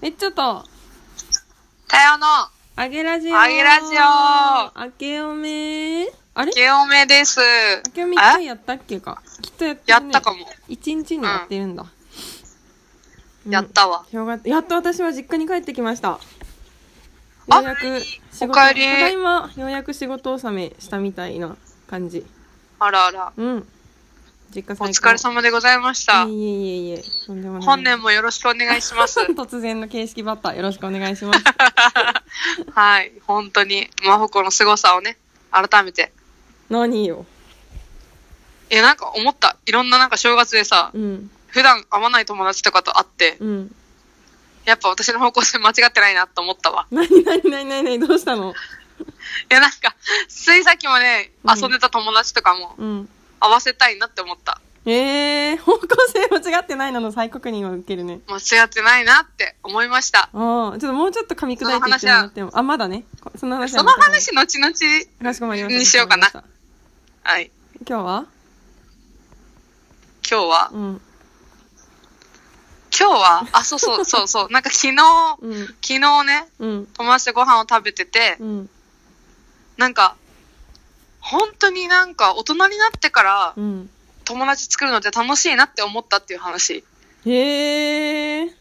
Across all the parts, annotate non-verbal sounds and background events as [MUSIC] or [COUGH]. え、ちょっと、たよの、あげラジオ。あげラジオあけおめあれゲオメです。あけおめ一回やったっけか。きっとやってやる、ね、ったかも。一日にやってるんだ。うんやったわ。しょうがやっと私は実家に帰ってきました。よあうやく仕事、おかえりただいま、ようやく仕事納めしたみたいな感じ。あらあら。うん。実家お最疲れ様でございました。いえいえいえいえ、とんでもない。本年もよろしくお願いします。 [LAUGHS] 突然の形式バッター、よろしくお願いし [LAUGHS] ます。はい。本当に、マホコの凄さをね、改めて。何よ。いや、なんか思った。いろんななんか正月でさ、うん。普段会わない友達とかと会って、うん。やっぱ私の方向性間違ってないなと思ったわ。なになになになにどうしたのいや、なんか、ついさっきもね、うん遊んでた友達とかも、うん。会わせたいなって思った。ええー、方向性間違ってないなの再確認を受けるね。間違ってないなって思いました。ああ、ちょっともうちょっと噛み砕いていってもらっても。あ、まだね。こその話はその話、後々、かしこまりました。にしようかなはい。今日は今日は、うん。今日は、あ、そうそう、そ [LAUGHS] うそう、なんか昨日、うん。昨日ね、うん。友達とご飯を食べてて、うん。なんか、本当になんか大人になってからうん。友達作るのって楽しいなって思ったっていう話。へえー。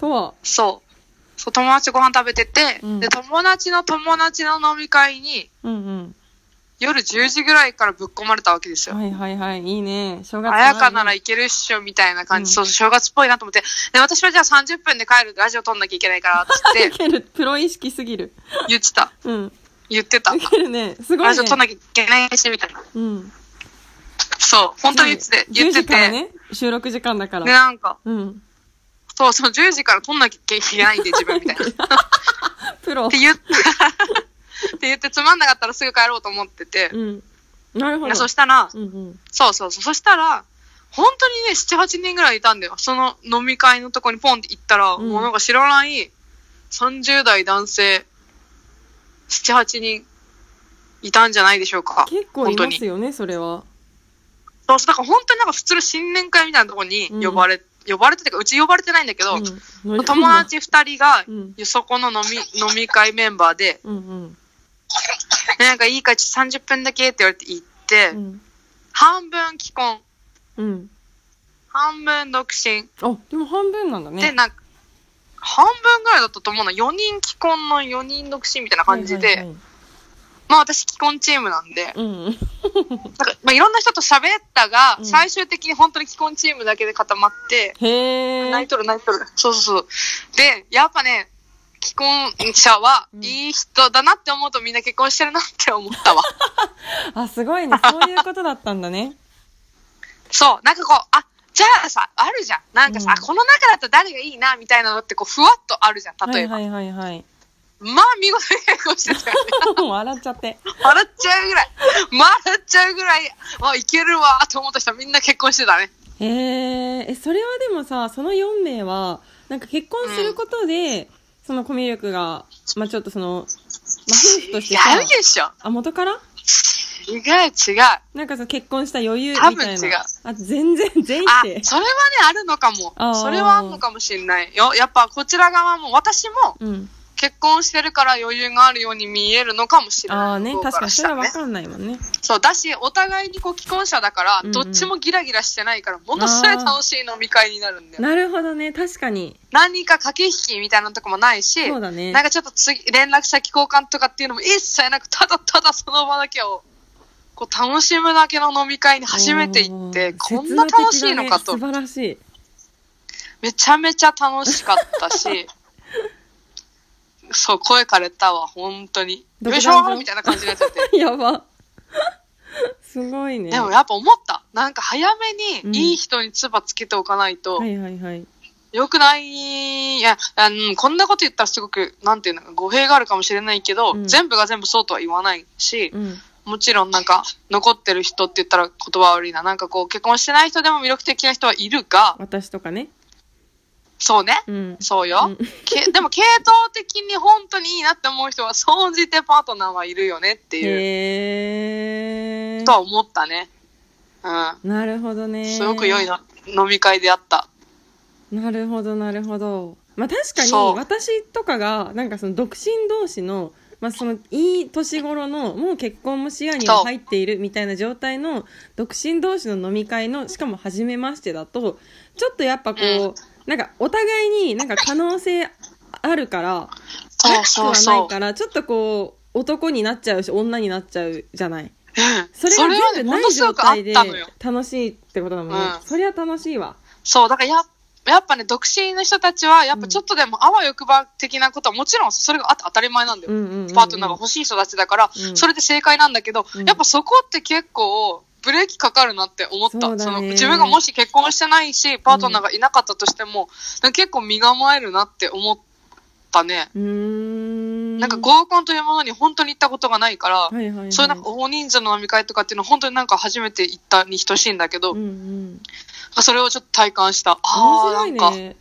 とは。そう。そう、友達とご飯食べてて、うんで、友達の友達の飲み会にうん夜10時ぐらいからぶっ込まれたわけですうん。よ。はいはいはい。いいね。正月あやかならい。いけるっしょみたいな感じ、うんそうそう、正月っぽいなと思って、で、私はじゃあ30分で帰るラジオ撮んなきゃいけないから、つっい [LAUGHS] てける。プロ意識すぎる。言ってた。うん。言ってた。いけるね。すごいラジオね撮ん。なきゃいけないし、みたいな。うん。そう、本当に言ってて、言っ10て時て、からで、ね。収録時間だから。なんか、うん。そう、その10時から撮んなきゃいけないんで、自分みたいな。プロって。 [LAUGHS] 言って、って言って、つまんなかったらすぐ帰ろうと思ってて、うん。なるほでど。そしたら、うんうん。そうそうそう、そしたら、本当にね、7、8人ぐらいいたんだよ。その飲み会のとこにポンって行ったら、うんもうなんか知らない30代男性、7、8人いたんじゃないでしょうか。結構いますよね、それは。そうそう、だから本当になんか普通の新年会みたいなとこに呼ばれ、呼ばれててか、うち呼ばれてないんだけど、うん友。達2人がう、ん。そこの飲み、 [LAUGHS] 飲み会メンバーで、うんうん。でなんかいいか、ちょっと30分だけって言われて行って、うん。半分既婚、うん。半分独身、あ、でも半分なんだで、ね。なんか、半分ぐらいだったと思うの。4人既婚の4人独身みたいな感じで、はいはいはいまあ私既婚チームなんで、うんうん。なんかまあいろんな人と喋ったが、うん最終的に本当に既婚チームだけで固まって、へ泣いえ。とる泣いとる。そうそうそう。で、やっぱね、既婚者はうんいい人だなって思うとみんな結婚してるなって思ったわ。 [LAUGHS] あ、すごい [LAUGHS] ね。そういうことだったんだね。そう、なんかこう、あ、じゃあさ、あるじゃん。なんかさ、うんあこの中だったら誰がいいな、みたいなのって、こう、ふわっとあるじゃん。例えば。はいはいはいはい。 [LAUGHS] まあ、見事に結婚してたからね。笑っちゃって。笑っちゃうぐらい。笑っちゃうぐらい、あ、いけるわ、と思った人はみんな結婚してたね。へえ。え、それはでもさ、その4名は、なんか結婚することで、そのコミュ力が、まあちょっとその、まあ夫婦としてさやる、でしょ。あ、元から違う違う。あ、なんかさ、結婚した余裕みた多いな。分違うあ、全然、全員そってれ。はね、あるのかもあー。それはあるのかもしれないよ。やっぱ、こちら側も、私もうん。結婚してるから余裕があるように見えるのかもしれない。ああね、向こう確からに。しそたれらはねわかんないもんね。そう、だし、お互いにこう既婚者だから、うんうんどっちもギラギラしてないから、ものすごい楽しい飲み会になるんだよ。なるほどね、確かに。何か駆け引きみたいなとこもないし、そうだねなん。かちょっと次、連絡先交換とかっていうのも一切なく、ただただその場だけを、こう楽しむだけの飲み会に初めて行って、おーこんな楽しいのかと絶、望的だね素晴らしい。めちゃめちゃ楽しかった [LAUGHS] し、そう、声枯れたわ、本当に。独壇よいし場ょみたいな感じになっちゃ [LAUGHS] って。やば。すごいね。でもはやっぱ思った。なんか早めうんにいい人に唾つけておかないと、いはいはい。良くない、いや、あのこんなこと言ったらすごく、なんていうのか、語弊があるかもしれないけど、うん全部が全部そうとは言わないし、うん。もちろんなんか、残ってる人って言ったら言葉悪いな。なんかこう、結婚してない人でも魅力的な人はいるが、私とかね。そうね。うん。そうよ。うんけ [LAUGHS] でも、系統的に本当にいいなって思う人は、総じてパートナーはいるよねっていう、へえと。は思ったね。うなるほどね。ん。すごく良いの飲み会であった。なるほどなるほど。まあ確かにそう私とかがなんかその独身同士の,、まあ、そのいい年頃のもう結婚も視野にはそう入っているみたいな状態の独身同士の飲み会のしかも初めましてだとちょっとやっぱこう、うんなんかお互いになんか可能性あるからそなくはなうそうそ。いうからちょっとこう男になっちゃうし女になっちゃうじゃないうんそれそれはがね、全部もなのいすご状くあっ態でたのよ。楽しいってことだもんね、うんそりゃ楽しいわそう、だからややっぱね、独身の人たちは、やっぱちょっとでもあわよくば的なことは、もちろんそれがあ当たり前なんだよ。うんうんうんうんパートナーが欲しい人たちだから、うんそれで正解なんだけど、うんやっぱそこって結構、ブレーキかかるなって思った。そうだねの自分がもし結婚してないし、パートナーがいなかったとしても、なんか結構身構えるなって思ったね。うーんなんか合コンというものに本当に行ったことがないから、はいはいはい、そういうなんか大人数の飲み会とかっていうのは本当になんか初めて行ったに等しいんだけど、うんうん、それをちょっと体感した。面あ白あ、いなんかね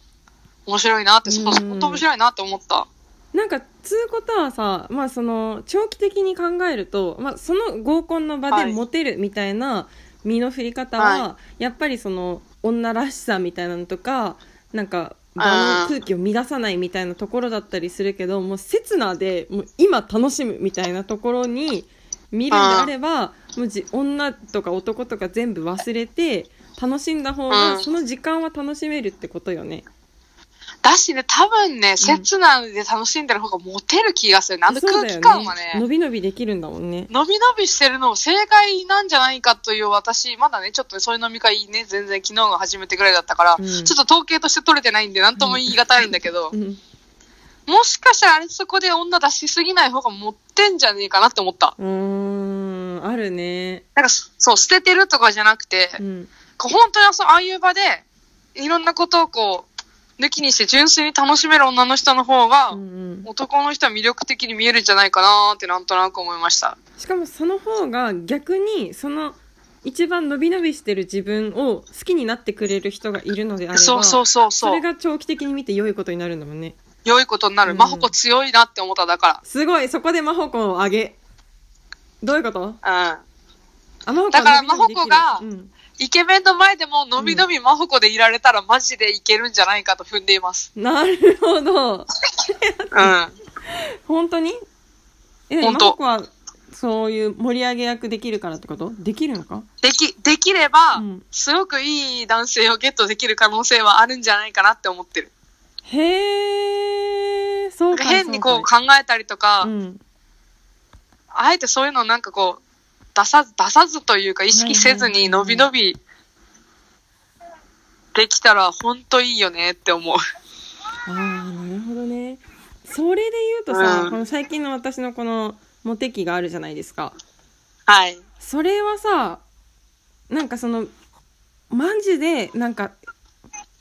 面白いなって、そううん本当面白いなって思った。なんかつうことはさ、まあ、その長期的に考えると、まあ、その合コンの場はでいモテるみたいな身の振り方は、やっぱりその女らしさみたいなのとかなんか場の空気を乱さないみたいなところだったりするけどもう刹那でもう今楽しむみたいなところに見るんであればもうじ女とか男とか全部忘れて楽しんだ方うがんその時間は楽しめるってことよね。だしね、多分ね、刹那で楽しんでる方がモテる気がするね。あのそう空だよ気感は伸ね、び伸びできるんだもんね。伸び伸びしてるのも正解なんじゃないかという私、まだね、ちょっとそういう飲み会ね、全然昨日が初めてぐらいだったから、うんちょっと統計として取れてないんで、なんとも言い難いんだけど、うんもしかしたらあれそこで女出しすぎない方がモテんじゃねえかなって思った。うーん、あるね。なんか、そう、捨ててるとかじゃなくて、うん。こう本当にそうああいう場で、いろんなことをこう、抜きにして純粋に楽しめる女の人の方が、うんうん、男の人は魅力的に見えるんじゃないかなーってなんとなく思いました。しかもその方が逆に、その、一番伸び伸びしてる自分を好きになってくれる人がいるのであれば、そうそうそうそそれう。が長期的に見て良いことになるんだもんね。良いことになうる。ん真帆子強いなって思っただかすごい、そこで真帆子をあげ。どういうことら。うん。あ、真帆子はだから伸び伸びできる真帆子がうんイケメンの前でものびのび真帆子でいられたらマジでいけるんじゃないかと踏んでい [LAUGHS] ます。なるほど。うん。本本当にえ、本真当帆子は、そういう盛り上げ役できるからってことできるのかでき、できれば、うんすごくいい男性をゲットできる可能性はあるんじゃないかなって思ってる。へー、そなうんかそうかか。変にこう考えたりとか、うん。あえてそういうのをなんかこう、出さず、出さずというか意識せずはいはいはいはいに伸び伸びできたらほんといいよねって思う。ああなるほどねそれで言うとさ、うんこの最近の私のこのモテ期があるじゃないですかはい。それはさなんかそのマジでなんか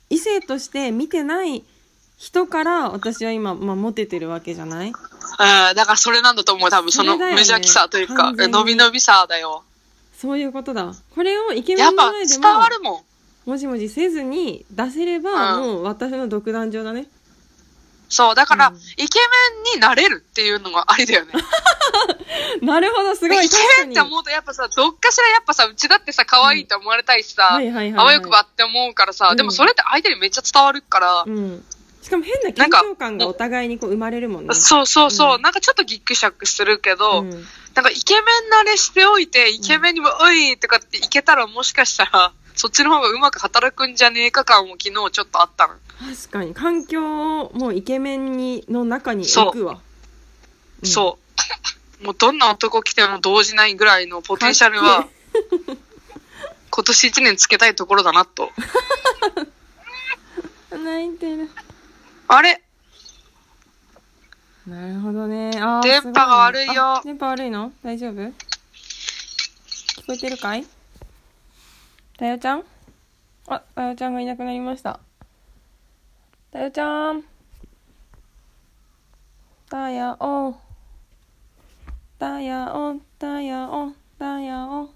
異性として見てない人から私は今、まあ、モテてるわけじゃないうん、だからそれなんだと思う。多分そそのれだよね無邪気さというか完、全に伸び伸びさだよ。そういうことだこれをイケメやンっのぱ前で伝もわるもん。もじもじせずに出せれば、うんもう私の独壇場だね [LAUGHS] そう、だから、うんイケメンになれるっていうのがありだ [LAUGHS] よね。なるほどすイごケいメンって確か思うとやっぱさ、どっかしらやっぱさ、うちだってさ、可愛いって思われたいしさ、にはいはいはい、あはい、わよくばって思うからさ、うんでもそれって相手にめっちゃ伝わるから、うんしかも変な緊なんか張感がお互いにこう生まれるもんねそうそうそう、うんなんかちょっとギックシャクするけど、うんなんかイケメン慣れしておいて、イケメンにも、おいとかっていけたらもしかしたら、そっちの方がうまく働くんじゃねえか感も昨日ちょっとあったの。確かに環境をもうイケメンにの中にそう置くわ、うんそう。もうどんな男来ても動じないぐらいのポテンシャルは、今年一年つけたいところだなと。泣いてるあれなるほどねあー電波が悪いよすごねあ電波悪いの大丈夫聞こえてるかいたよちゃんあたよちゃんがいなくなりましたたよちゃんたやおたやおたやおたやお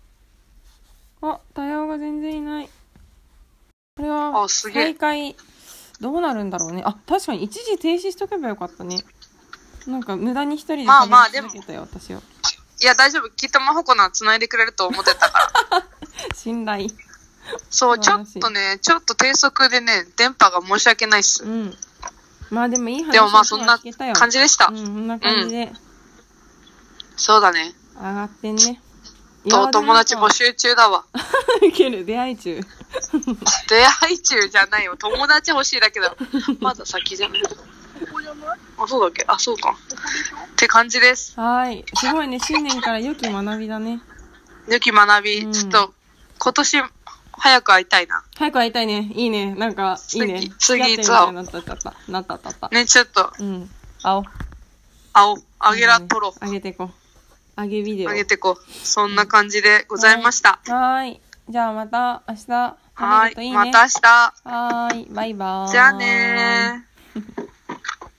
あたやおが全然いないこれはあすげえ再開どうなるんだろうねあ確かに一時停止しとけばよかったねなんか無駄に一人でまあまあ喋り続けたよ私はいや大丈夫。きっと真帆子なら繋いでくれると思ってたから。信頼そう、 [LAUGHS] 素ち晴ょらっしいとね、ちょっと低速でね、電波が申し訳ないっす。うんまあでもいい話でもまあそんな感じじでした。うん、そんな感じでそうだね。上がってんね。と、友達募集中だわ。 [LAUGHS] いける、出会い中。出会い中じゃないよ。友達欲しいだけだ [LAUGHS] よ。まだ先じゃない。あ、そうだっけあ、そうか。って感じです。はーい。すごいね、新年から良き学びだね。良き学び、うんちょっと、今年、早く会いたいな。早く会いたいね。いいね。なんか、いいね。付き合次ってみたいになった、なった、なった、なった。ね、ちょっと、うん。青。あお、あげらとろう。あげてこう。あげビデオ。あげてこう。そんな感じでございました。はーい。じゃあまた明日、晴はれるといい。いね。また明日。はーい。バイバーイ。じゃあねー。